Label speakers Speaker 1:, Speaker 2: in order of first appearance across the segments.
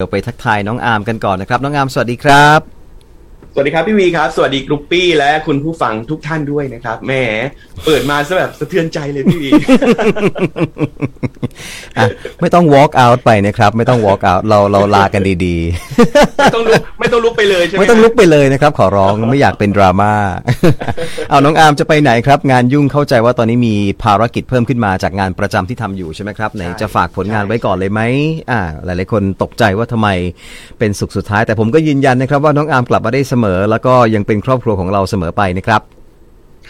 Speaker 1: เดี๋ยวไปทักทายน้องอาร์มกันก่อนนะครับ น้องอาร์มสวัสดีครับ
Speaker 2: สวัสดีครับพี่วีครับ สวัสดีกรุ๊ปปี้และคุณผู้ฟังทุกท่านด้วยนะครับแหมเปิดมาซะแบบสะเทือนใจเลยพี่วี
Speaker 1: อ่ะไม่ต้อง walk out ไปนะครับ ไม่ต้อง walk out เราเราลากันดี
Speaker 2: ไม่ต้องลุกไม่ต้องลุกไปเลยใช่
Speaker 1: ๆ
Speaker 2: ไหม
Speaker 1: ไม่ต้องลุกไปเลยนะครับ ขอร้องไม่อยากเป็นดราม่า เอาน้องอาร์มจะไปไหนครับ งานยุ่งเข้าใจว่าตอนนี้มีภารกิจเพิ่มขึ้นมาจากงานประจำที่ทำอยู่ใช่ไหมครับไหนจะฝากผลงานไว้ก่อนเลยไหมอ่า หลายๆคนตกใจว่าทำไมเป็นสุขสุดท้าย แต่ผมก็ยืนยันนะครับว่าน้องอาร์มกลับมาได้เสมอ แล้วก็ยังเป็นครอบครัวของเราเสมอไปนะครับ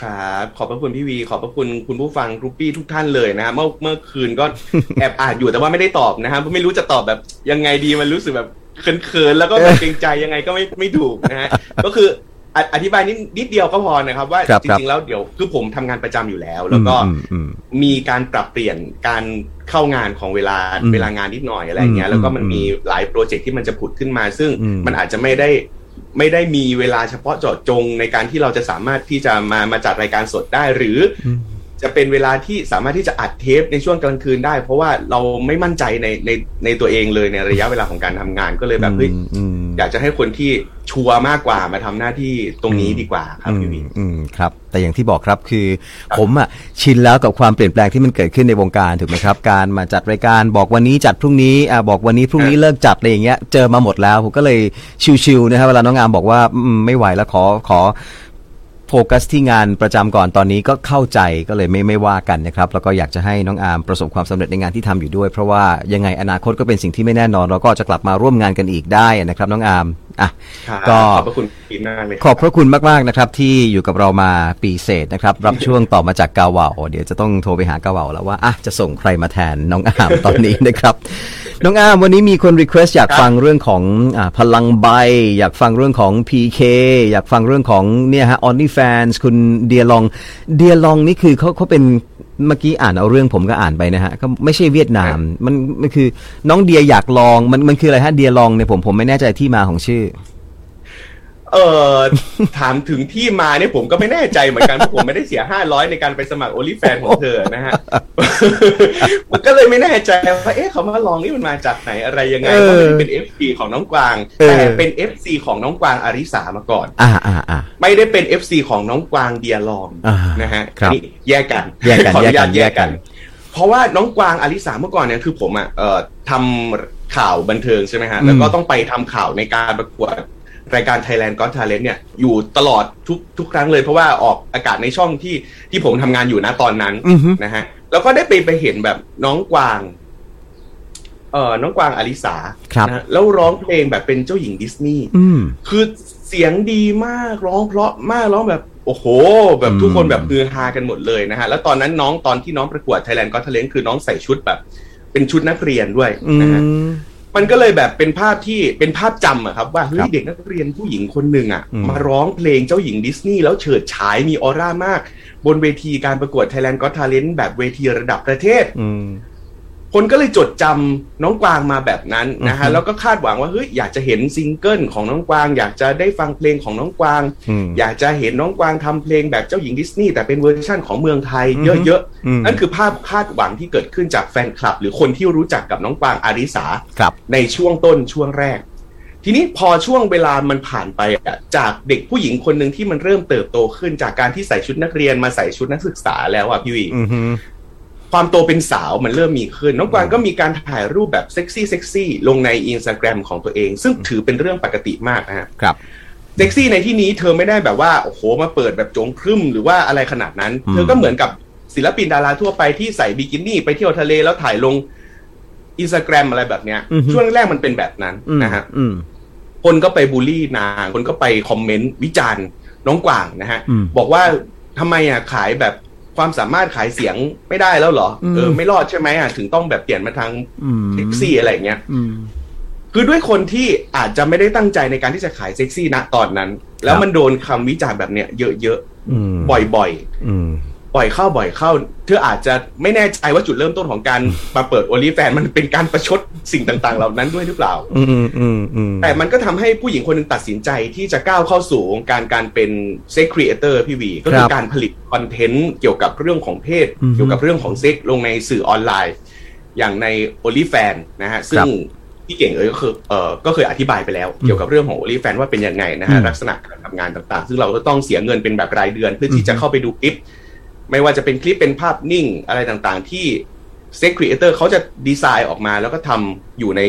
Speaker 2: ครับขอบพระคุณพี่วี ขอบพระคุณคุณผู้ฟังกรุ๊ปปี้ทุกท่านเลยนะครับเมื่อเมื่อคืนก็ แอบอ่านอยู่แต่ว่าไม่ได้ตอบนะครับเพราะไม่รู้จะตอบแบบยังไงดีมันรู้สึกแบบเขินๆแล้วก็แบบเกรงใจยังไงก็ไม่ไม่ถูกนะฮะ ก็คืออ่ะอธิบายนิดนิดเดียวก็พอนะครับ ว่า
Speaker 1: ครับ
Speaker 2: จ
Speaker 1: ครับ
Speaker 2: ริงๆแล้วเดี๋ยวคือผมทำงานประจำอยู่แล้วแล้วก็
Speaker 1: อืมอืม
Speaker 2: มีการปรับเปลี่ยนการเข้างานของเวลา
Speaker 1: อืม
Speaker 2: เวลางานนิดหน่อยอะไรอย่างเงี้
Speaker 1: อื
Speaker 2: ย
Speaker 1: ม
Speaker 2: แล้วก็มันมีหลายโปรเจกต์ที่มันจะผุดขึ้นมา ซึ่ง
Speaker 1: อืม
Speaker 2: มันอาจจะไม่ได้ไม่ได้มีเวลาเฉพาะเจาะจงในการที่เราจะสามารถที่จะมามาจัดรายการสดได้ หรืออ
Speaker 1: ม
Speaker 2: จะเป็นเวลาที่สามารถที่จะอัดเทปในช่วงกลางคืนได้ เพราะว่าเราไม่มั่นใจในในในตัวเองเลยในระยะเวลาของการทำงานก็เลยแบบเฮ้ย
Speaker 1: อืม
Speaker 2: อยากจะให้คนที่ชัวร์มากกว่ามาทำหน้าที่ตรงนี้ดีกว่าครับพี่วี
Speaker 1: อืมอืมครับแต่อย่างที่บอกครับคือ ผมอ่ะชินแล้วกับความเปลี่ยนแปลงที่มันเกิดขึ้นในวงการถูกไหมครับ การมาจัดรายการบอกวันนี้จัดพรุ่งนี้อ่าบอกวันนี้พรุ่งนี้เลิกจัดอะไรอย่างเงี้ยเจอมาหมดแล้ว ผมก็เลยชิวๆนะครับเวลาน้องงามบอกว่าอืมไม่ไหวแล้วขอขอโฟกัสที่งานประจำก่อนตอนนี้ก็เข้าใจก็เลยไม่ไม่ว่ากันนะครับแล้วก็อยากจะให้น้องอาร์มประสบความสำเร็จในงานที่ทำอยู่ด้วย เพราะว่ายังไงอนาคตก็เป็นสิ่งที่ไม่แน่นอน เราก็จะกลับมาร่วมงานกันอีกได้นะครับ น้องอาร์มอ่ะ
Speaker 2: ครับ
Speaker 1: ก็
Speaker 2: ขอบพระคุณพีมากเลย
Speaker 1: ขอบพระคุณมากๆนะครับที่อยู่กับเรามาปีเศษนะครับ รับช่วงต่อมาจากกาวาวเดี๋ยวจะต้องโทรไปหากาวาวแล้วว่าอ่ะจะส่งใครมาแทนน้องอาม ตอนนี้นะครับ น้องอามวันนี้มีคนรีเควสต์อยากฟังเรื่องของอาพลังใบ อยากฟังเรื่องของ PK อยากฟังเรื่องของเนี่ยฮะ OnlyFans คุณเดียลองเดียลองนี่คือเขาเขาเป็นเมื่อกี้อ่านเอาเรื่องผมก็อ่านไปนะฮะก็ไม่ใช่เวียดนามมันมันคือน้องเดียอยากลองมันมันคืออะไรฮะเดียลองเนี่ยผมผมไม่แน่ใจที่มาของชื่อ
Speaker 2: เอ่อ ถามถึงที่มาเนี่ยผมก็ไม่แน่ใจเหมือนกันเพราะผมไม่ได้เสียห้าร้อยในการไปสมัครโอลิแฟนของเธอนะฮะ มันก็เลยไม่แน่ใจว่าเอ๊ะเขามาลองนี่มันมาจากไหนอะไรยังไง
Speaker 1: เออ
Speaker 2: เพราะมันเป็นเอฟซีของน้องกวาง
Speaker 1: เออ
Speaker 2: แต่เป็นเอฟซีของน้องกวางอาริสามาก่อน
Speaker 1: อ่าอ่าอ่า
Speaker 2: ไม่ได้เป็น FC ของน้องกวางเดียลอง
Speaker 1: อ่า
Speaker 2: นะฮะ
Speaker 1: ครับ
Speaker 2: นี่แยกกัน
Speaker 1: แยกกัน
Speaker 2: ขออนุญาต
Speaker 1: แย
Speaker 2: แย
Speaker 1: ก
Speaker 2: ก
Speaker 1: กั
Speaker 2: กัน น เพราะว่าน้องกวางอลิสาเมื่อก่อนเนี่ยคือผมอ่ะเอ่อทำข่าวบันเทิงใช่ไหมฮะ
Speaker 1: อืม
Speaker 2: แล้วก็ต้องไปทำข่าวในการประกวดรายการ Thailand Got Talent เนี่ยอยู่ตลอดทุกทุกครั้งเลยเพราะว่าออกอากาศในช่องที่ที่ผมทำงานอยู่นะตอนนั้น
Speaker 1: อือฮึ
Speaker 2: นะฮะแล้วก็ได้ไปไปเห็นแบบน้องกวาง เอ่อน้องกวางอลิสา
Speaker 1: ครับ
Speaker 2: นะฮะแล้วร้องเพลงแบบเป็นเจ้าหญิงดิสนีย์
Speaker 1: อืม
Speaker 2: คือเสียงดีมากร้องเพราะมากร้องแบบโอ้โห แบบ
Speaker 1: อืม
Speaker 2: ทุกคนแบบฮือฮากันหมดเลยนะฮะ แล้วตอนนั้นน้องตอนที่น้องประกวด Thailand Got Talent คือน้องใส่ชุดแบบ เป็นชุดนักเรียนด้วย
Speaker 1: อื
Speaker 2: นะฮะ
Speaker 1: ม
Speaker 2: มันก็เลยแบบเป็นภาพที่เป็นภาพจำอะครับ ว่าเฮ้
Speaker 1: ครั
Speaker 2: ย
Speaker 1: บ
Speaker 2: เด็กนักเรียนผู้หญิงคนหนึ่งอะ
Speaker 1: อืม
Speaker 2: มาร้องเพลงเจ้าหญิงดิสนีย์แล้วเฉิดฉายมีออร่ามาก บนเวทีการประกวด Thailand Got Talent แบบเวทีระดับประเทศ
Speaker 1: อืม
Speaker 2: คนก็เลยจดจำน้องกวางมาแบบนั้นนะ
Speaker 1: อื
Speaker 2: ฮะ
Speaker 1: อฮึ
Speaker 2: แล้วก็คาดหวังว่าเฮ้ยอยากจะเห็นซิงเกิลของน้องกวาง อยากจะได้ฟังเพลงของน้องกวาง
Speaker 1: อืม
Speaker 2: อยากจะเห็นน้องกวางทำเพลงแบบเจ้าหญิงดิสนีย์แต่เป็นเวอร์ชั่นของเมืองไทย
Speaker 1: อือฮึ
Speaker 2: เยอะ
Speaker 1: ม
Speaker 2: ๆนั่นคือภาพคาดหวังที่เกิดขึ้นจากแฟนคลับ หรือคนที่รู้จักกับน้องกวางอาริสา
Speaker 1: ครับ
Speaker 2: ในช่วงต้นช่วงแรก ทีนี้พอช่วงเวลามันผ่านไปอะจากเด็กผู้หญิงคนหนึ่งที่มันเริ่มเติบโตขึ้นจากการที่ใส่ชุดนักเรียนมาใส่ชุดนักศึกษาแล้วอ่ะพี่วี
Speaker 1: อืมฮึ
Speaker 2: ความโตเป็นสาวมันเริ่มมีขึ้น น้องกวางก็มีการถ่ายรูปแบบเซ็กซี่เซ็กซี่ลงในอินสตาแกรมของตัวเอง ซึ่งถือเป็นเรื่องปกติมากนะฮะ
Speaker 1: ครับ
Speaker 2: เซ็กซี่ในที่นี้เธอไม่ได้แบบว่า โอ้โห มาเปิดแบบโจงครึ่มหรือว่าอะไรขนาดนั้น
Speaker 1: อืม
Speaker 2: เธอก็เหมือนกับศิลปินดาราทั่วไปที่ใส่บิกินี่ไปเที่ยวทะเลแล้วถ่ายลงอินสตาแกรมอะไรแบบเนี้ย
Speaker 1: อือฮึ
Speaker 2: ช่วงแรกๆมันเป็นแบบนั้น
Speaker 1: อืม
Speaker 2: นะฮะ
Speaker 1: อืม
Speaker 2: คนก็ไปบูลลี่นางคนก็ไปคอมเมนต์วิจารณ์น้องกวางนะฮะ
Speaker 1: อืม
Speaker 2: บอกว่าทำไมอ่ะขายแบบความสามารถขายเสียงไม่ได้แล้วเหรออ
Speaker 1: ม
Speaker 2: เออไม่รอดใช่ไหมอ่ะถึงต้องแบบเปลี่ยนมาทาง
Speaker 1: อืม
Speaker 2: เซ็กซี่อะไรอย่างเงี้ย
Speaker 1: อืม
Speaker 2: คือด้วยคนที่อาจจะไม่ได้ตั้งใจในการที่จะขายเซ็กซี่ณตอนนั้น แล้วมันโดนคำวิจารณ์แบบเนี้ยเยอะ
Speaker 1: อืม
Speaker 2: ๆบ่อยๆ
Speaker 1: อืม
Speaker 2: บ่อยเข้าบ่อยเข้า เธออาจจะไม่แน่ใจว่าจุดเริ่มต้นของการ มาเปิดโอลิแฟนมันเป็นการประชดสิ่งต่างๆ เหล่านั้นด้วยหรือเปล่า
Speaker 1: อืมอืมอืม
Speaker 2: แต่มันก็ทำให้ผู้หญิงคนหนึ่งตัดสินใจที่จะก้าวเข้าสู่วงการการเป็นเซ็กครีเอเตอร์พี่วี ก็
Speaker 1: ค
Speaker 2: คือ
Speaker 1: รับ
Speaker 2: การผลิตคอนเทนต์เกี่ยวกับเรื่องของเพศ
Speaker 1: อือฮึ
Speaker 2: เกี่ยวกับเรื่องของเซ็กลงในสื่อออนไลน์ อย่างใน o อ l y f a n นะฮะ ซึ่
Speaker 1: ครั
Speaker 2: ง
Speaker 1: บ
Speaker 2: พี่เก่งเอ๋ยก็คือเออก็เคยอธิบายไปแล้ว เกี่ยวกับเรื่องของโอลิแฟนว่าเป็นยังไงนะฮะ
Speaker 1: อืม
Speaker 2: ลักษณะการทำงานต่างๆ ซึ่งเราก็ต้องเสียเงินเป็นแบบรายเดือน เพื่อที่จะเข้าไปดูคลิป ไม่ว่าจะเป็นคลิปเป็นภาพนิ่งอะไรต่างๆ ที่เซ็กครีเอเตอร์เขาจะดีไซน์ออกมาแล้วก็ทำอยู่ใน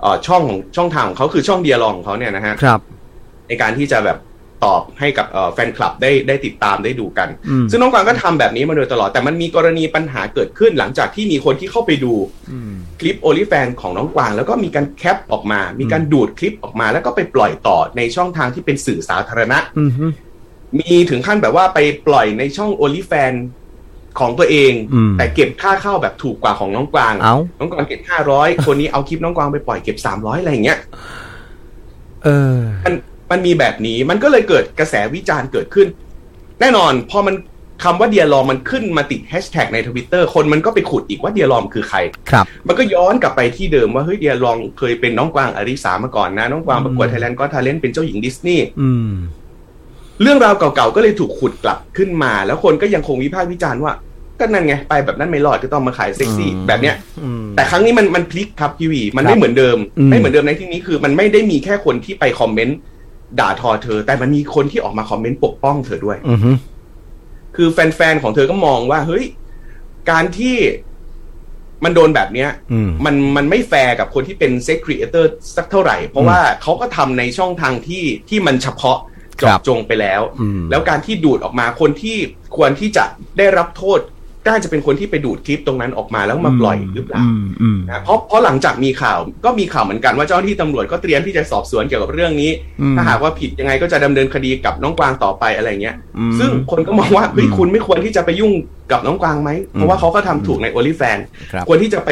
Speaker 2: เอ่อช่องของช่องทางของเขาคือช่องเดียลองของเขาเนี่ยนะฮะ
Speaker 1: ครับ
Speaker 2: ในการที่จะแบบตอบให้กับเอ่อแฟนคลับได้ได้ติดตามได้ดูกัน
Speaker 1: อืม
Speaker 2: ซึ่งน้องกวางก็ทำแบบนี้มาโดยตลอด แต่มันมีกรณีปัญหาเกิดขึ้นหลังจากที่มีคนที่เข้าไปดู
Speaker 1: อืม
Speaker 2: คลิปโอลิแฟนของน้องกวาง แล้วก็มีการแคปออกมา มีการดูดคลิปออกมา แล้วก็ไปปล่อยต่อในช่องทางที่เป็นสื่อสาธารณะ
Speaker 1: อืมฮึ
Speaker 2: มีถึงขั้นแบบว่าไปปล่อยในช่องโอลิแฟนของตัวเอง
Speaker 1: อืม
Speaker 2: แต่เก็บค่าเข้าแบบถูกกว่าของน้องกวาง
Speaker 1: เอา
Speaker 2: น้องกวางเก็บห้าร้อยคนนี้เอาคลิปน้องกวางไปปล่อยเก็บสามร้อยอะไรอย่างเงี้ย
Speaker 1: เออ
Speaker 2: มันมันมีแบบนี้มันก็เลยเกิดกระแสวิจารณ์เกิดขึ้น แน่นอนพอมันคำว่าเดียลอมันขึ้นมาติดแฮชแท็กในทวิตเตอร์คนมันก็ไปขุดอีกว่าเดียลอมคือใคร
Speaker 1: ครับ
Speaker 2: มันก็ย้อนกลับไปที่เดิมว่าเฮ้ยเดียลองเคยเป็นน้องกวางอาริสามาก่อนนะ น้องกวางประกวด
Speaker 1: อืม
Speaker 2: ไทยแลนด์ก็ทาเลนเป็นเจ้าหญิงดิสนีย์
Speaker 1: อืม
Speaker 2: เรื่องราวเก่าๆก็เลยถูกขุดกลับขึ้นมา แล้วคนก็ยังคงวิพากษ์วิจารณ์ว่า ก็นั่นไงไปแบบนั้นไม่รอดก็ต้องมาขายเซ็กซี่
Speaker 1: อืม
Speaker 2: แบบเนี้ย
Speaker 1: อืม
Speaker 2: แต่ครั้งนี้มันมันพลิกครับพี่วี มัน
Speaker 1: ครั
Speaker 2: ไม่
Speaker 1: บ
Speaker 2: เหมือนเดิม
Speaker 1: อืม
Speaker 2: ไม่เหมือนเดิมในที่นี้คือ มันไม่ได้มีแค่คนที่ไปคอมเมนต์ด่าทอเธอ แต่มันมีคนที่ออกมาคอมเมนต์ปกป้องเธอด้วย
Speaker 1: อืมฮึ
Speaker 2: คือแฟนๆของเธอก็มองว่า เฮ้ย การที่มันโดนแบบเนี้ย
Speaker 1: อืม
Speaker 2: มันมันไม่แฟร์กับคนที่เป็นเซ็กครีเอเตอร์สักเท่าไหร่ เพราะว่าเขาก็ทำในช่องทางที่ที่มันเฉพาะเจาะจงไปแล้ว
Speaker 1: อืม
Speaker 2: แล้วการที่ดูดออกมาคนที่ควรที่จะได้รับโทษน่าจะเป็นคนที่ไปดูดคลิปตรงนั้นออกมาแล้วมาปล่อยหรือเปล่า
Speaker 1: อืมอืม
Speaker 2: นะเพราะเพราะหลังจากมีข่าวก็มีข่าวเหมือนกันว่าเจ้าหน้าที่ตำรวจก็เตรียมที่จะสอบสวนเกี่ยวกับเรื่องนี้
Speaker 1: อืม
Speaker 2: ถ้าหากว่าผิดยังไงก็จะดำเนินคดีกับน้องกวางต่อไปอะไรเงี้ย
Speaker 1: อืม
Speaker 2: ซึ่งคนก็มองว่าเฮ้ยคุณไม่ควรที่จะไปยุ่งกับน้องกวางไหมเพราะว่าเขาก็ทำถูกในโอลิแฟน
Speaker 1: ครับ
Speaker 2: ควรที่จะไป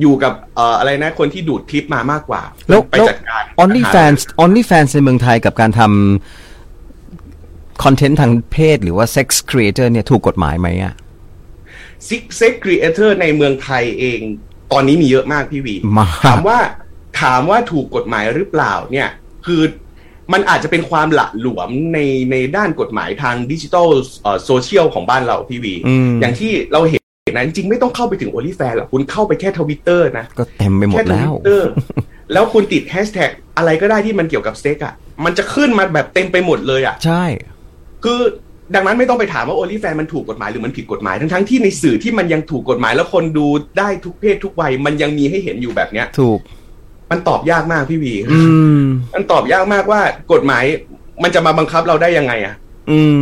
Speaker 2: อยู่กับเอ่ออะไรนะ คนที่ดูดคลิปมามากกว่า
Speaker 1: แล้ว
Speaker 2: ไป
Speaker 1: แล้ว
Speaker 2: จัดการ
Speaker 1: OnlyFans OnlyFans ในเมืองไทยกับการทำคอนเทนต์ทางเพศหรือว่า Sex Creator เนี่ยถูกกฎหมายไหมอ่ะ
Speaker 2: ซิกเซ็กครีเอเตอร์ในเมืองไทยเอง ตอนนี้มีเยอะมากพี่วี
Speaker 1: มาก
Speaker 2: ถามว่าถามว่าถูกกฎหมายหรือเปล่าเนี่ย คือมันอาจจะเป็นความหละหลวมในในด้านกฎหมายทางดิจิทัลโซเชียลของบ้านเราพี่วี
Speaker 1: อืม
Speaker 2: อย่างที่เราเห็นนะจริงๆไม่ต้องเข้าไปถึงโอลิแฟนหรอกคุณเข้าไปแค่ทวิตเตอร์นะ
Speaker 1: ก็เต็มไปหมดแล้ว
Speaker 2: ค่ Twitter แล้วคุณติดแฮชแท็กอะไรก็ได้ที่มันเกี่ยวกับเซ็กอ่ะ มันจะขึ้นมาแบบเต็มไปหมดเลยอ่ะ
Speaker 1: ใช่
Speaker 2: คือดังนั้นไม่ต้องไปถามว่าโอลิแฟนมันถูกกฎหมายหรือมันผิดกฎหมายทั้งทั้งๆที่ในสื่อที่มันยังถูกกฎหมายแล้วคนดูได้ทุกเพศทุกวัย มันยังมีให้เห็นอยู่แบบเนี้ย
Speaker 1: ถูก
Speaker 2: มันตอบยากมากพี่วี
Speaker 1: อืม
Speaker 2: มันตอบยากมากว่ากฎหมายมันจะมาบังคับเราได้ยังไงอะ
Speaker 1: อืม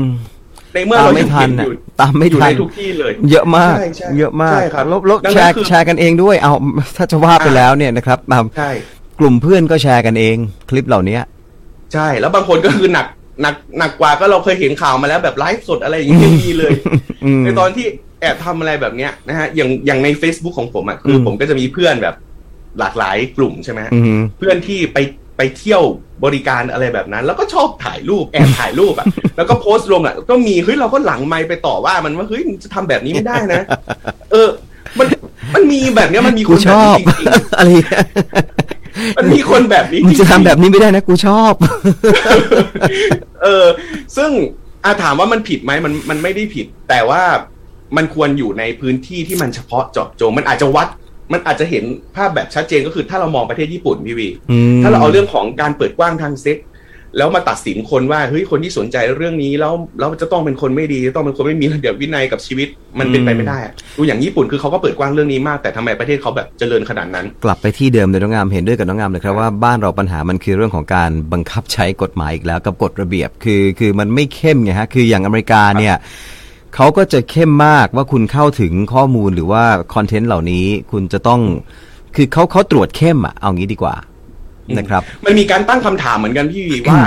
Speaker 2: ในเมื่อ
Speaker 1: ตาม
Speaker 2: เรา
Speaker 1: ไม่
Speaker 2: ยัง
Speaker 1: ทั
Speaker 2: เห็
Speaker 1: น
Speaker 2: น
Speaker 1: อ่ะ
Speaker 2: อยู่
Speaker 1: ตามไม่
Speaker 2: อยู่
Speaker 1: ทั
Speaker 2: ใน
Speaker 1: น
Speaker 2: ทุกที่เลย
Speaker 1: เยอะมาก
Speaker 2: ใช่ใช่
Speaker 1: เยอะมาก
Speaker 2: ใช่ครับ
Speaker 1: ลบลบ
Speaker 2: ดัง
Speaker 1: แช
Speaker 2: นั้น
Speaker 1: ร์
Speaker 2: คือ
Speaker 1: แชร์กันเองด้วย เอา ถ้าจะว่าไปแล้วเนี่ยนะครับตาม
Speaker 2: ใช่
Speaker 1: กลุ่มเพื่อนก็แชร์กันเอง คลิปเหล่านี้
Speaker 2: ใช่ แล้วบางคนก็คือหนักหนักหนักกว่าก็เราเคยเห็นข่าวมาแล้วแบบไลฟ์สดอะไรอย่างเงี้ยมีเลย
Speaker 1: อืม
Speaker 2: ในตอนที่แอบทำอะไรแบบเนี้ยนะฮะอย่างอย่างใน Facebook ของผมอะคืออ
Speaker 1: ม
Speaker 2: ผมก็จะมีเพื่อนแบบหลากหลายกลุ่มใช่ไหมฮะ
Speaker 1: อืม
Speaker 2: เพื่อนที่ไปไปเที่ยวบริการอะไรแบบนั้น แล้วก็ชอบถ่ายรูปแอบถ่ายรูปอ่ะ แล้วก็โพสต์ลงอ่ะก็มีเฮ้ยเราก็หลังไมค์ไปต่อว่ามันว่าเฮ้ยมึงจะทำแบบนี้ไม่ได้นะ เออ มันมันมีแบบเนี้ยมันมีค
Speaker 1: กู
Speaker 2: น
Speaker 1: ช
Speaker 2: แบบ
Speaker 1: อบ
Speaker 2: นี้จริง
Speaker 1: อะไรเงี้ย
Speaker 2: ๆ มันมีคนแบบนี้
Speaker 1: มึงจะ
Speaker 2: ริงๆ
Speaker 1: ทำแบบนี้ไม่ได้นะ กูชอบ
Speaker 2: เออ ซึ่งอาถามว่ามันผิดไหมมันมันไม่ได้ผิด แต่ว่ามันควรอยู่ในพื้นที่ที่มันเฉพาะเจาะจง มันอาจจะวัด มันอาจจะเห็นภาพแบบชัดเจนก็คือถ้าเรามองประเทศญี่ปุ่นพี่วี
Speaker 1: อืม
Speaker 2: ถ้าเราเอาเรื่องของการเปิดกว้างทางเซ็กแล้วมาตัดสินคนว่าเฮ้ยคนที่สนใจเรื่องนี้แล้วแล้วจะต้องเป็นคนไม่ดีจะต้องเป็นคนไม่มีระเบียบวินัยกับชีวิตมันเป็นไปไม่ได้อะดูอย่างญี่ปุ่นคือเขาก็เปิดกว้างเรื่องนี้มากแต่ทำไมประเทศเขาแบบเจริญขนาดนั้น
Speaker 1: กลับไปที่เดิมเลยน้องงามเห็นด้วยกับน้องงามเลยครับว่าบ้านเราปัญหามันคือเรื่องของการบังคับใช้กฎหมายอีกแล้วกับกฎระเบียบคือคือมันไม่เข้มไงฮะคืออย่างอเมริกาเนี่ยเขาก็จะเข้มมากว่าคุณเข้าถึงข้อมูลหรือว่าคอนเทนต์เหล่านี้คุณจะต้องคือเขาเขาตรวจเข้มอะเอางี้ดีกว่านะครับ
Speaker 2: มันมีการตั้งคำถามเหมือนกันพี่วีว่า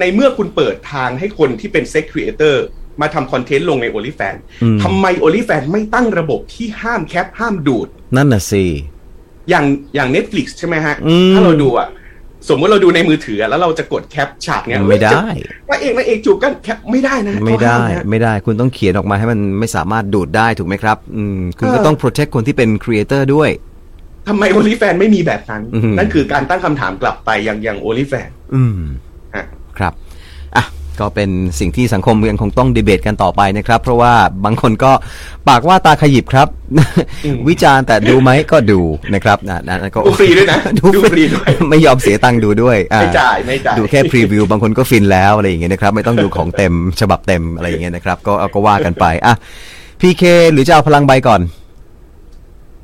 Speaker 2: ในเมื่อคุณเปิดทางให้คนที่เป็นเซ็กครีเอเตอร์มาทำคอนเทนต์ลงใน o อ l y f a n
Speaker 1: อืม
Speaker 2: ทำไม o อ l y f a n ไม่ตั้งระบบที่ห้ามแคปห้ามดูด
Speaker 1: นั่นน่ะสิ
Speaker 2: อย่างอย่าง Netflix ใช่ไหมฮะ
Speaker 1: อืม
Speaker 2: ถ้าเราดูอ่ะ สมมติเราดูในมือถืออะแล้วเราจะกดแคปฉากเนี้ย
Speaker 1: ไม่ได้
Speaker 2: พระเอกนางเอกจูบกันแคปไม่ได้นะ
Speaker 1: ไม่
Speaker 2: เขาห้า
Speaker 1: ได้
Speaker 2: นะ
Speaker 1: ไม่ได้คุณต้องเขียนออกมาให้มันไม่สามารถดูดได้ถูกไหมครับอืมคุณก็
Speaker 2: เออ
Speaker 1: ต้อง protect คนที่เป็น creator ด้วย
Speaker 2: ทำไม o อ l y f a n ไม่มีแบบนั้น
Speaker 1: อืม
Speaker 2: นั่นคือการตั้งคำถามกลับไปยังยัง o อ l y f a n
Speaker 1: อืม
Speaker 2: ฮะ
Speaker 1: ครับ อ่ะ ก็เป็นสิ่งที่สังคมยังคงต้องดีเบตกันต่อไปนะครับ เพราะว่าบางคนก็ปากว่าตาขยิบครับ วิจารณ์แต่ดูไหมก็ดูนะครับอ่ะนั่นก็
Speaker 2: ดูฟรีด้วยนะ
Speaker 1: ดู
Speaker 2: ดู
Speaker 1: ฟ
Speaker 2: ฟ
Speaker 1: รี
Speaker 2: รีด้วย
Speaker 1: ไม่ยอมเสียตังค์ดูด้วยอ่ะ
Speaker 2: ไม่จ่ายไม่จ่าย
Speaker 1: ดูแค่พรีวิวบางคนก็ฟินแล้วอะไรอย่างเงี้ยนะครับ ไม่ต้องดูของเต็มฉบับเต็มอะไรอย่างเงี้ยนะครับก็เอาก็ว่ากันไปอ่ะพีเคหรือจะเอาพลังใบก่อน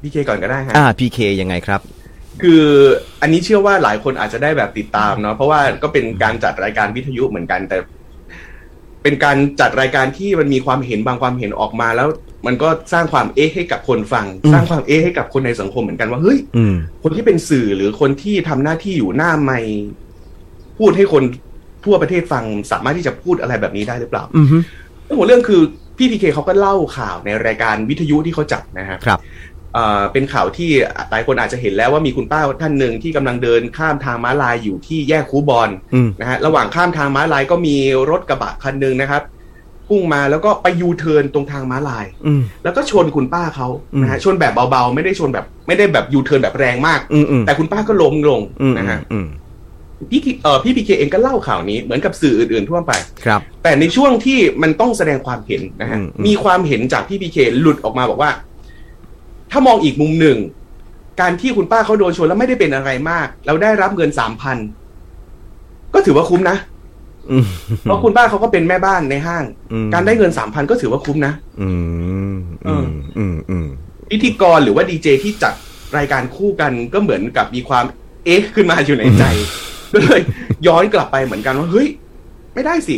Speaker 2: พี่เคก่อนก็ได้ฮะ
Speaker 1: อ่าพีเคยังไงครับ
Speaker 2: คืออันนี้เชื่อว่าหลายคนอาจจะได้แบบติดตามเนาะเพราะว่าก็เป็นการจัดรายการวิทยุเหมือนกัน แต่ เป็นการจัดรายการที่มันมีความเห็นบางความเห็นออกมาแล้ว มันก็สร้างความเอ๊ะให้กับคนฟัง
Speaker 1: อืม
Speaker 2: สร้างความเอ๊ะให้กับคนในสังคมเหมือนกันว่าเฮ้ย
Speaker 1: อืม
Speaker 2: คนที่เป็นสื่อหรือคนที่ทำหน้าที่อยู่หน้าไม่พูดให้คนทั่วประเทศฟังสามารถที่จะพูดอะไรแบบนี้ได้หรือเปล่า
Speaker 1: อืมฮึ
Speaker 2: เรื่องของเรื่องคือพี่พีเคเขาก็เล่าข่าวในรายการวิทยุที่เขาจัดนะฮะ
Speaker 1: ครับ
Speaker 2: เอ่อเป็นข่าวที่หลายคนอาจจะเห็นแล้วว่ามีคุณป้าท่านหนึ่งที่กำลังเดินข้ามทางม้าลายอยู่ที่แยกคูบอล
Speaker 1: อืม
Speaker 2: นะฮะระหว่างข้ามทางม้าลายก็มีรถกระบะคันหนึ่งนะครับพุ่งมาแล้วก็ไปยูเทิร์นตรงทางม้าลาย
Speaker 1: อืม
Speaker 2: แล้วก็ชนคุณป้าเขา
Speaker 1: อืม
Speaker 2: นะฮะชนแบบเบาๆ ไม่ได้ชนแบบไม่ได้แบบยูเทิร์นแบบแรงมาก
Speaker 1: อืมอืม
Speaker 2: แต่คุณป้าก็ล้มลง
Speaker 1: อืม
Speaker 2: นะฮะ
Speaker 1: อืม
Speaker 2: พี่พีเอ่อพี่พีเคเองก็เล่าข่าวนี้เหมือนกับสื่ออื่นๆทั่วไป
Speaker 1: ครับ
Speaker 2: แต่ในช่วงที่มันต้องแสดงความเห็นนะฮะ
Speaker 1: อืมอืม
Speaker 2: มีความเห็นจากพี่พีเคหลุดออกมาบอกว่า ถ้ามองอีกมุมหนึ่ง การที่คุณป้าเขาโดนชนแล้วไม่ได้เป็นอะไรมาก เราได้รับเงินสามพันก็ถือว่าคุ้มนะ
Speaker 1: อืม
Speaker 2: เพราะคุณป้าเขาก็เป็นแม่บ้านในห้าง
Speaker 1: อืม
Speaker 2: การได้เงินสามพันก็ถือว่าคุ้มนะ
Speaker 1: อืมอืมอืมอืม
Speaker 2: พิธีกรหรือว่าดีเจที่จัดรายการคู่กันก็เหมือนกับมีความเอ๊ะขึ้นมาอยู่ในใจ ก็เลยย้อนกลับไปเหมือนกันว่าเฮ้ย ไม่ได้สิ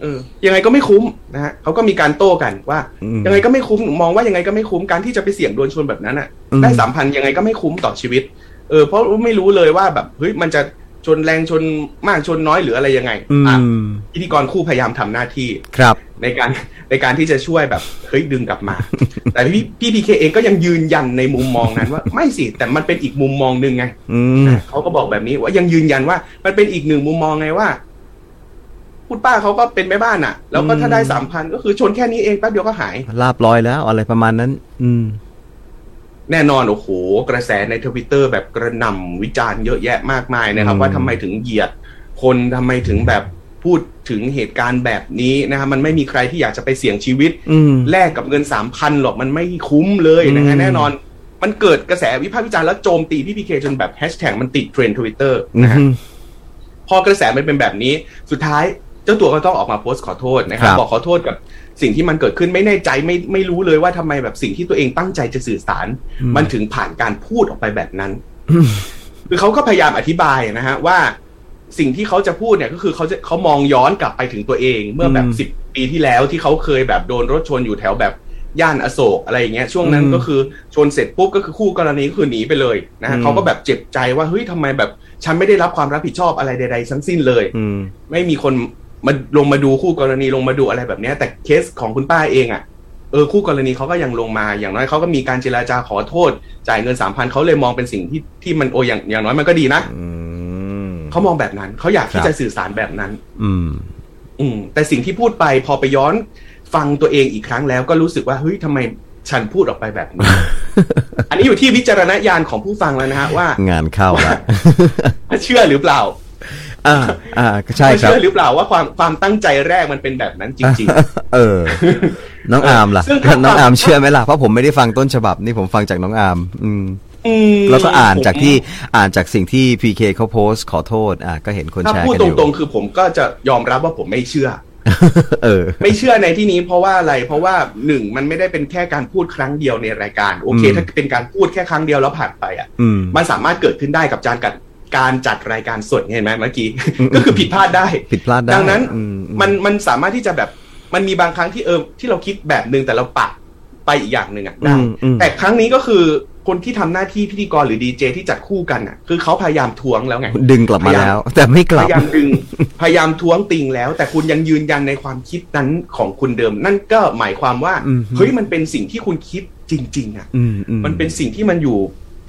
Speaker 2: เออ ยังไงก็ไม่คุ้มนะฮะเขาก็มีการโต้กันว่า
Speaker 1: อืม
Speaker 2: ยังไงก็ไม่คุ้มมองว่ายังไงก็ไม่คุ้มการที่จะไปเสี่ยงโดนชนแบบนั้นอ่ะ
Speaker 1: อืม
Speaker 2: ได้สามพันยังไงก็ไม่คุ้มต่อชีวิต เออเพราะไม่รู้เลยว่าแบบเฮ้ยมันจะชนแรงชนมากชนน้อยหรืออะไรยังไง
Speaker 1: อื
Speaker 2: อ่ะ
Speaker 1: ม
Speaker 2: พิธีกรคู่พยายามทำหน้าที่
Speaker 1: ครับ
Speaker 2: ในการ ในการที่จะช่วยแบบเฮ้ยดึงกลับมา แต่พี่พี่พีเคเองก็ยังยืนยันในมุมมองนั้นว่า ไม่สิแต่มันเป็นอีกมุมมองหนึ่งไง
Speaker 1: อืม
Speaker 2: เขาก็บอกแบบนี้ว่ายังยืนยันว่า มันเป็นอีกหนึ่งมุมมองไงว่าคุณป้าเขาก็เป็นแม่บ้านอ่ะ แล้วก็ถ้าได้สามพันก็คือชนแค่นี้เองแป๊บเดียวก็หาย
Speaker 1: ลาบลอยแล้วอะไรประมาณนั้น อืม
Speaker 2: แน่นอนโอ้โห กระแสในทวิตเตอร์แบบกระหน่ำวิจารณ์เยอะแยะมากมายนะครับ
Speaker 1: อืม
Speaker 2: ว่าทำไมถึงเหยียด คนทำไมถึงแบบพูดถึงเหตุการณ์แบบนี้นะครับมันไม่มีใครที่อยากจะไปเสี่ยงชีวิต
Speaker 1: อืม
Speaker 2: แลกกับเงินสามพันหรอกมันไม่คุ้มเลยนะ
Speaker 1: อื
Speaker 2: ฮะ
Speaker 1: ม
Speaker 2: แน่นอน มันเกิดกระแสวิพากษ์วิจารณ์แล้วโจมตีพี่พีเคจนแบบแฮชแท็กมันติดเทรนด์ทวิตเตอร์นะฮะพอกระแสมันเป็นแบบนี้ สุดท้ายเจ้าตัวก็ต้องออกมาโพสต์ขอโทษนะครั
Speaker 1: ค
Speaker 2: บ
Speaker 1: รับ
Speaker 2: บอกขอโทษกับสิ่งที่มันเกิดขึ้นไม่แน่ใจไม่ไม่รู้เลยว่าทำไมแบบสิ่งที่ตัวเองตั้งใจจะสื่อสาร มันถึงผ่านการพูดออกไปแบบนั้น
Speaker 1: อืม
Speaker 2: คือเขาก็พยายามอธิบายนะฮะว่าสิ่งที่เขาจะพูดเนี่ยก็คือเขาจะเขามองย้อนกลับไปถึงตัวเอง เมื่อแบบ
Speaker 1: อืม
Speaker 2: สิบปีที่แล้วที่เขาเคยแบบโดนรถชนอยู่แถวแบบย่านอโศกอะไรอย่างเงี้ยช่วงนั้น
Speaker 1: อืม
Speaker 2: ก็คือชนเสร็จปุ๊บก็คือคู่กรณีก็คือหนีไปเลยนะฮะ
Speaker 1: อืม
Speaker 2: เขาก็แบบเจ็บใจว่าเฮ้ยทำไมแบบฉันไม่ได้รับความรับผิดชอบอะไรใด ๆ ทั้งสิ้นเลย
Speaker 1: อืม
Speaker 2: ไม่มีคนมาลงมาดูคู่กรณีลงมาดูอะไรแบบเนี้ย แต่เคสของคุณป้าเองอะ่ะเออคู่กรณีเขาก็ยังลงมาอย่างน้อยเขาก็มีการเจราจาขอโทษ จ่ายเงินสามพันเขาเลยมองเป็นสิ่งที่ที่มันโออย่างอย่างน้อยมันก็ดีนะ
Speaker 1: อืม
Speaker 2: เขามองแบบนั้นเขาอยาก
Speaker 1: ค
Speaker 2: ที่
Speaker 1: รับ
Speaker 2: จะสื่อสารแบบนั้น
Speaker 1: อืม
Speaker 2: อืมแต่สิ่งที่พูดไปพอไปย้อนฟังตัวเองอีกครั้งแล้วก็รู้สึกว่าเฮ้ยทำไมฉันพูดออกไปแบบ นี้ อันนี้อยู่ที่วิจารณญาณของผู้ฟังแล้วนะฮะว่าง
Speaker 1: านเข้าละ
Speaker 2: ว่าเชื่อหรือเปล่า
Speaker 1: อ่า อ่าก็ใช่
Speaker 2: ว่า
Speaker 1: ครับ
Speaker 2: เชื่อหรือเปล่าว่าความความตั้งใจแรกมันเป็นแบบนั้นจริง ๆ
Speaker 1: เออ น้องอาร์มล่ะ
Speaker 2: ซึ่งถ้า
Speaker 1: น้องอาร์มเชื่อไหมล่ะ เพราะผมไม่ได้ฟังต้นฉบับ นี่ผมฟังจากน้องอาร์มอืม
Speaker 2: อืม
Speaker 1: แล้วก็อ่านจากที่
Speaker 2: ผม
Speaker 1: อ่านจากสิ่งที่พีเคเขาโพสต์ขอโทษ อ่ะก็เห็นคน
Speaker 2: ถ้า
Speaker 1: แชร์
Speaker 2: พูด
Speaker 1: กันอ
Speaker 2: ต
Speaker 1: ยู่
Speaker 2: รงๆ คือผมก็จะยอมรับว่าผมไม่เชื่อ
Speaker 1: เออ
Speaker 2: ไม่เชื่อในที่นี้เพราะว่าอะไร เพราะว่าหนึ่งมันไม่ได้เป็นแค่การพูดครั้งเดียวในรายการ โอเค
Speaker 1: อืม
Speaker 2: ถ้าเป็นการพูดแค่ครั้งเดียวแล้วผ่านไปอ่ะ
Speaker 1: อืม
Speaker 2: มันสามารถเกิดขึ้นได้กับการการการจัดรายการสดเนี่ยเห็นไหมเมื่อกี้
Speaker 1: อืม
Speaker 2: ก็คือผิดพลาดได้
Speaker 1: ผิดพลาดได้
Speaker 2: ดังนั้น
Speaker 1: อือื
Speaker 2: มันมันสามารถที่จะแบบมันมีบางครั้งที่เออที่เราคิดแบบหนึ่งแต่เราปักไปอีกอย่างหนึ่งอ่ะได้
Speaker 1: อืมอืม
Speaker 2: แต่ครั้งนี้ก็คือคนที่ทำหน้าที่พิธีกรหรือดีเจที่จัดคู่กันอ่ะ คือเขาพยายามทวงแล้วไง
Speaker 1: ดึงกลับมาแล้ว แต่ไม่ก
Speaker 2: พ
Speaker 1: ลับ
Speaker 2: ยายามดึง พยายามท้วงติงแล้ว แต่คุณยังยืนยันในความคิดนั้นของคุณเดิม นั่นก็หมายความว่า
Speaker 1: อืม
Speaker 2: เฮ้ยมันเป็นสิ่งที่คุณคิดจริง ๆ อ่ะ
Speaker 1: อืมอื
Speaker 2: มันเป็นสิ่งที่มันอยู่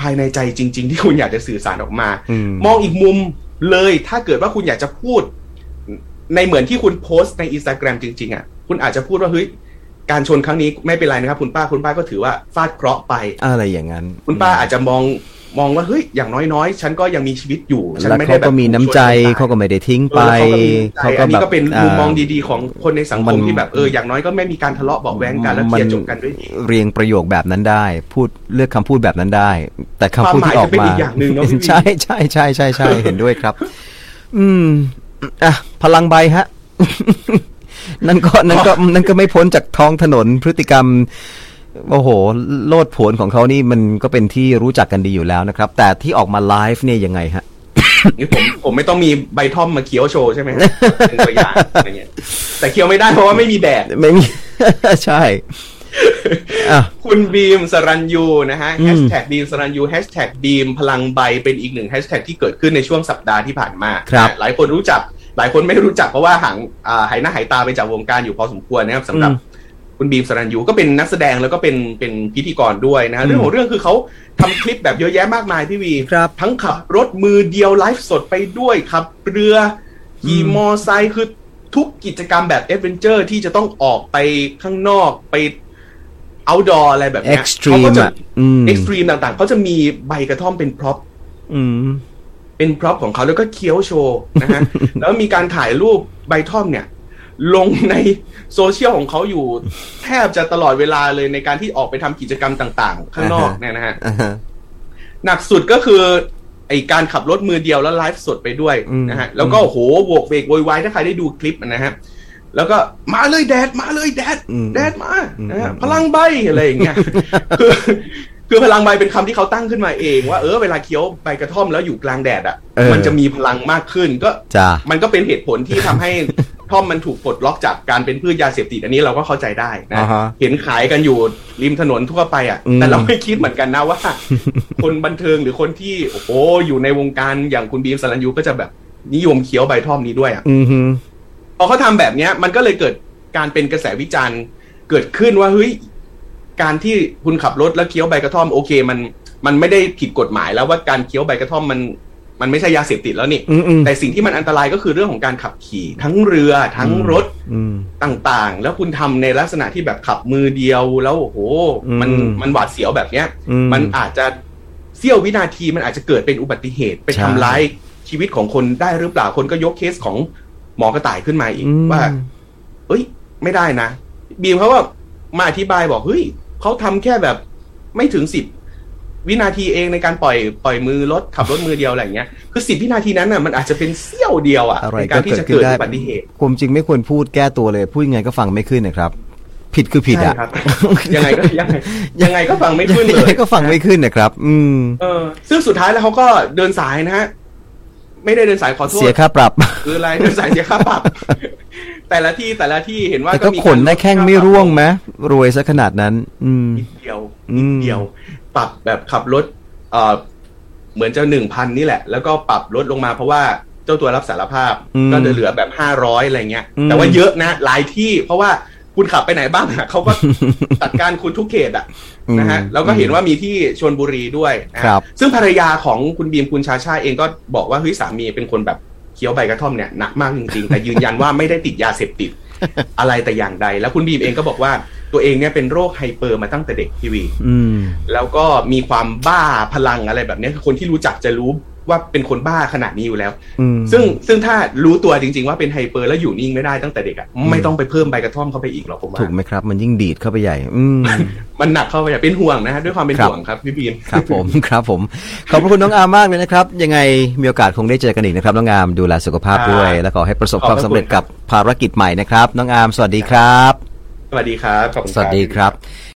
Speaker 2: ภายในใจจริง ๆ ที่คุณอยากจะสื่อสารออกมา
Speaker 1: ม
Speaker 2: มองอีกมุมเลย ถ้าเกิดว่าคุณอยากจะพูด ในเหมือนที่คุณโพสต์ในอินสตาแกรมจริง ๆ อ่ะ คุณอาจจะพูดว่าเฮ้ยการชนครั้งนี้ไม่เป็นไรนะครับ คุณป้าคุณป้าก็ถือว่าฟาดเคราะห์ไป
Speaker 1: อะไรอย่างนั้น
Speaker 2: คุณป้าอาจจะมอง มองว่าเฮ้ยอย่างน้อยๆ ฉันก็ยังมีชีวิตอยู่ฉัน
Speaker 1: แล้ว
Speaker 2: ไม่ได้
Speaker 1: เขา
Speaker 2: แบ
Speaker 1: ก็
Speaker 2: บ
Speaker 1: มีน้ำใจเขาก็ไม่ได้ทิ้งไป
Speaker 2: เขาก็มีน้ำใจอันนี้ก็เป็นมุมมอง
Speaker 1: า
Speaker 2: ดีๆของคนในสังคม
Speaker 1: มัน
Speaker 2: ที่แบบเอออย่างน้อยก็ไม่มีการทะเลาะเบาะแว้งกันแล้วเคลียร์จบกันด้วยดี
Speaker 1: เรียงประโยคแบบนั้นได้ พูดเลือกคำพูดแบบนั้นได้ แต่คำพูดที่ออก
Speaker 2: ความหมายจะเป็น
Speaker 1: มา
Speaker 2: อีกอย่างหนึ่ง เนอะพี่บี
Speaker 1: ใช่ใช่ใช่ใช่ใช่เห็นด้วยครับ อืมอ่ะพลังใบฮะ นั่นก็นั่นก็นั่นก็ไม่พ้นจากท้องถนนพฤติกรรม โอ้โห โลดโผนของเขานี่มันก็เป็นที่รู้จักกันดีอยู่แล้วนะครับ แต่ที่ออกมาไลฟ์เนี่ยยังไงฮะ
Speaker 2: นี่ผมผมไม่ต้องมีใบท่อมมาเคี้ยวโชว์ใช่ไหมเป็นตัวอย่างอะไรเงี้ยแต่เคี้ยวไม่ได้เพราะว่าไม่มีแดด
Speaker 1: ไม่มี ใช่อ่ะ
Speaker 2: คุณบีมสรัญยูนะฮะ
Speaker 1: อืม
Speaker 2: แฮชแท็กบีมสรัญยูแฮชแท็กบีมพลังใบเป็นอีกหนึ่งแฮชแท็กที่เกิดขึ้นในช่วงสัปดาห์ที่ผ่านมา
Speaker 1: ครับ
Speaker 2: หลายคนรู้จัก หลายคนไม่รู้จักเพราะว่าห่างอ่าหายหน้าหายตาไปจากวงการอยู่พอสมควรนะครับสำหรับ
Speaker 1: อืม
Speaker 2: คุณบีมสรัญยูก็เป็นนักแสดงแล้วก็เป็นเป็นพิธีกรด้วยนะฮะ
Speaker 1: อืม
Speaker 2: เรื่องของเรื่องคือเขาทำคลิปแบบเยอะแยะมากมายพี่วี
Speaker 1: ครับ
Speaker 2: ทั้งขับรถมือเดียวไลฟ์สดไปด้วยขับเรือขี่มอไซค์คือทุกกิจกรรมแบบเอดเวนเจอร์ที่จะต้องออกไปข้างนอกไป เอาดออะไรแบบ
Speaker 1: เอ็
Speaker 2: เนี้ย
Speaker 1: กซ์ตรีม
Speaker 2: เขาก็จะ
Speaker 1: อ่ะอืม
Speaker 2: เอ็กซ์ตรีมต่างๆ เขาจะมีใบกระท่อมเป็นพร็อพ
Speaker 1: อืม
Speaker 2: เป็นพร็อพของเขาแล้วก็เคี้ยวโชว์นะ ฮะ แล้วมีการถ่ายรูปใบท่อมเนี่ย ลงในโซเชียลของเขาอยู่ แทบจะตลอดเวลาเลยในการที่ออกไปทำกิจกรรมต่างๆ ข้างนอก
Speaker 1: อ่าฮะ
Speaker 2: เนี่ยนะฮะ
Speaker 1: อ่าฮะ
Speaker 2: หนักสุดก็คือไอการขับรถมือเดียวแล้วไลฟ์สดไปด้วย
Speaker 1: อืม
Speaker 2: นะฮะแล้วก็โหโวกเวกโวยวายถ้าใครได้ดูคลิปนะฮะแล้วก็มาเลยแดดมาเลยแดด
Speaker 1: อืม
Speaker 2: แดดมา
Speaker 1: อืม
Speaker 2: นะฮะ
Speaker 1: อืม
Speaker 2: พลังใบอะไรอย่างเงี้ยคือคือพลังใบเป็นคำที่เขาตั้งขึ้นมาเอง ว่าเออเวลาเคี้ยวใบกระท่อมแล้วอยู่กลางแดดอ่ะ
Speaker 1: เออ
Speaker 2: มันจะมีพลังมากขึ้นก็
Speaker 1: จ้า
Speaker 2: มันก็เป็นเหตุผลที่ทำให้ ท่อมมันถูกปลดล็อกจากการเป็นพืชยาเสพติดอันนี้เราก็เข้าใจได้นะ
Speaker 1: อ่าฮะ
Speaker 2: เห็นขายกันอยู่ริมถนนทั่วไปอ่ะ
Speaker 1: อืม
Speaker 2: แต่เราไม่คิดเหมือนกันนะว่า คนบันเทิงหรือคนที่โอ้โหอยู่ในวงการอย่างคุณบีมสรัญยูก็จะแบบนิยมเคี้ยวใบท่อมนี้ด้วยอ่ะ
Speaker 1: อือฮึ
Speaker 2: พอเขาทำแบบเนี้ย มันก็เลยเกิดการเป็นกระแสวิจารณ์เกิดขึ้นว่าเฮ้ยการที่คุณขับรถแล้วเคี้ยวใบกระท่อมโอเค มันมันไม่ได้ผิดกฎหมายแล้วว่าการเคี้ยวใบกระท่อมมัน มันไม่ใช่ยาเสพติดแล้วนี่
Speaker 1: อืมอืม
Speaker 2: แต่สิ่งที่มันอันตรายก็คือเรื่องของการขับขี่ทั้งเรือทั้งรถ
Speaker 1: อืม
Speaker 2: ต่างๆ แล้วคุณทำในลักษณะที่แบบขับมือเดียวแล้วโอ้โหมัน
Speaker 1: อืม
Speaker 2: มันหวาดเสียวแบบเนี้ย
Speaker 1: อืม
Speaker 2: มันอาจจะเสี้ยววินาทีมันอาจจะเกิดเป็นอุบัติเหตุไป
Speaker 1: ใช่
Speaker 2: ทำร้ายชีวิตของคนได้หรือเปล่าคนก็ยกเคสของหมอกระต่ายขึ้นมาอีก
Speaker 1: อืม
Speaker 2: ว่า เอ้ย ไม่ได้นะ บีมเขาก็มาอธิบายบอกเฮ้ยเขาทำแค่แบบไม่ถึงสิบวินาทีเองในการปล่อยปล่อยมือรถขับรถมือเดียวอะไรอย่างเงี้ยคือสิบวินาทีนั้นน่ะมันอาจจะเป็นเสี้ยวเดียวอ่ะ
Speaker 1: อะไร
Speaker 2: ใน
Speaker 1: ก็
Speaker 2: การที่
Speaker 1: เกิด
Speaker 2: จะ
Speaker 1: ขึ้น
Speaker 2: เกิด
Speaker 1: ได้
Speaker 2: อุบัติเหตุ
Speaker 1: ความจริงไม่ควรพูดแก้ตัวเลย พูดยังไงก็ฟังไม่ขึ้นนะครับ ผิดคือผิด
Speaker 2: ใช่
Speaker 1: อ่ะ
Speaker 2: ครับ ยังไงก็ยังไงยังไงก็ฟังไม่ขึ้น
Speaker 1: ยั
Speaker 2: เล
Speaker 1: งไง
Speaker 2: ย
Speaker 1: ก็ฟังไม่ขึ้นนะครับ อืม
Speaker 2: เออ ซึ่งสุดท้ายแล้วเขาก็เดินสายนะฮะไม่ได้เดินสายขอโทษ
Speaker 1: เสียค่าปรับ
Speaker 2: คืออะไรเดินสายเสียค่า ปรับ แต่ละที่แต่ละที่เห็นว่า
Speaker 1: แต่ก็
Speaker 2: มีาร
Speaker 1: ขนหน้าแข้งไม่ร่วงไหมรวยซะขนาดนั้น อืม
Speaker 2: นิดเดียว
Speaker 1: อืม
Speaker 2: เดียวปรับแบบขับรถเอ่อเหมือนจะหนึ่งพันนี่แหละ แล้วก็ปรับลดลงมาเพราะว่าเจ้าตัวรับสารภาพ
Speaker 1: อืม
Speaker 2: ก็จะเหลือแบบห้าร้อยอะไรเงี้ย
Speaker 1: อืม
Speaker 2: แต่ว่าเยอะนะหลายที่เพราะว่าคุณขับไปไหนบ้างอะเขาก็ จัดการคุณทุกเขตอะนะฮะแล้วก็เห็นว่ามีที่ชนบุรีด้วยนะฮะ
Speaker 1: ครับ
Speaker 2: ซึ่งภรรยาของคุณบีมคุณชาชาเองก็บอกว่าเฮ้ยสามีเป็นคนแบบเคี้ยวใบกระท่อมเนี่ยหนักมากจริงๆ แต่ยืนยันว่าไม่ได้ติดยาเสพติด อะไรแต่อย่างใด แล้วคุณบีมเองก็บอกว่าตัวเองเนี่ยเป็นโรคไฮเปอร์มาตั้งแต่เด็กทีวี
Speaker 1: อืม
Speaker 2: แล้วก็มีความบ้าพลังอะไรแบบเนี้ยคือคนที่รู้จักจะรู้ว่าเป็นคนบ้าขนาดนี้อยู่แล้ว
Speaker 1: อืม
Speaker 2: ซึ่งซึ่งถ้ารู้ตัวจริง ๆ ว่าเป็นไฮเปอร์แล้วอยู่นิ่งไม่ได้ตั้งแต่เด็กอะ
Speaker 1: อืม
Speaker 2: ไม่ต้องไปเพิ่มใบกระท่อมเข้าไปอีกหรอกผมว่า
Speaker 1: ถูกไหมครับ มันยิ่งดีดเข้าไปใหญ่ อื ม
Speaker 2: มันหนักเข้าไปอย่าเป็นห่วงนะฮะด้วยความเป็น
Speaker 1: ครับ
Speaker 2: ห่วงครับพี่บีม
Speaker 1: ครับผม ครับผม ขอบพระคุณน้องอามมากเลยนะครับ ยังไงมีโอกาสคงได้เจอกันอีกนะครับ น้องอามดูแลสุขภาพด้วย และขอให้ประสบความสำเร็จกับภารกิจใหม่นะครับ น้องอามสวัสดีครับ
Speaker 2: สวัสดีครับขอบคุณ
Speaker 1: ส
Speaker 2: ครับ
Speaker 1: วัสดีครับ